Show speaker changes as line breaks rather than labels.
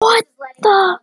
What the?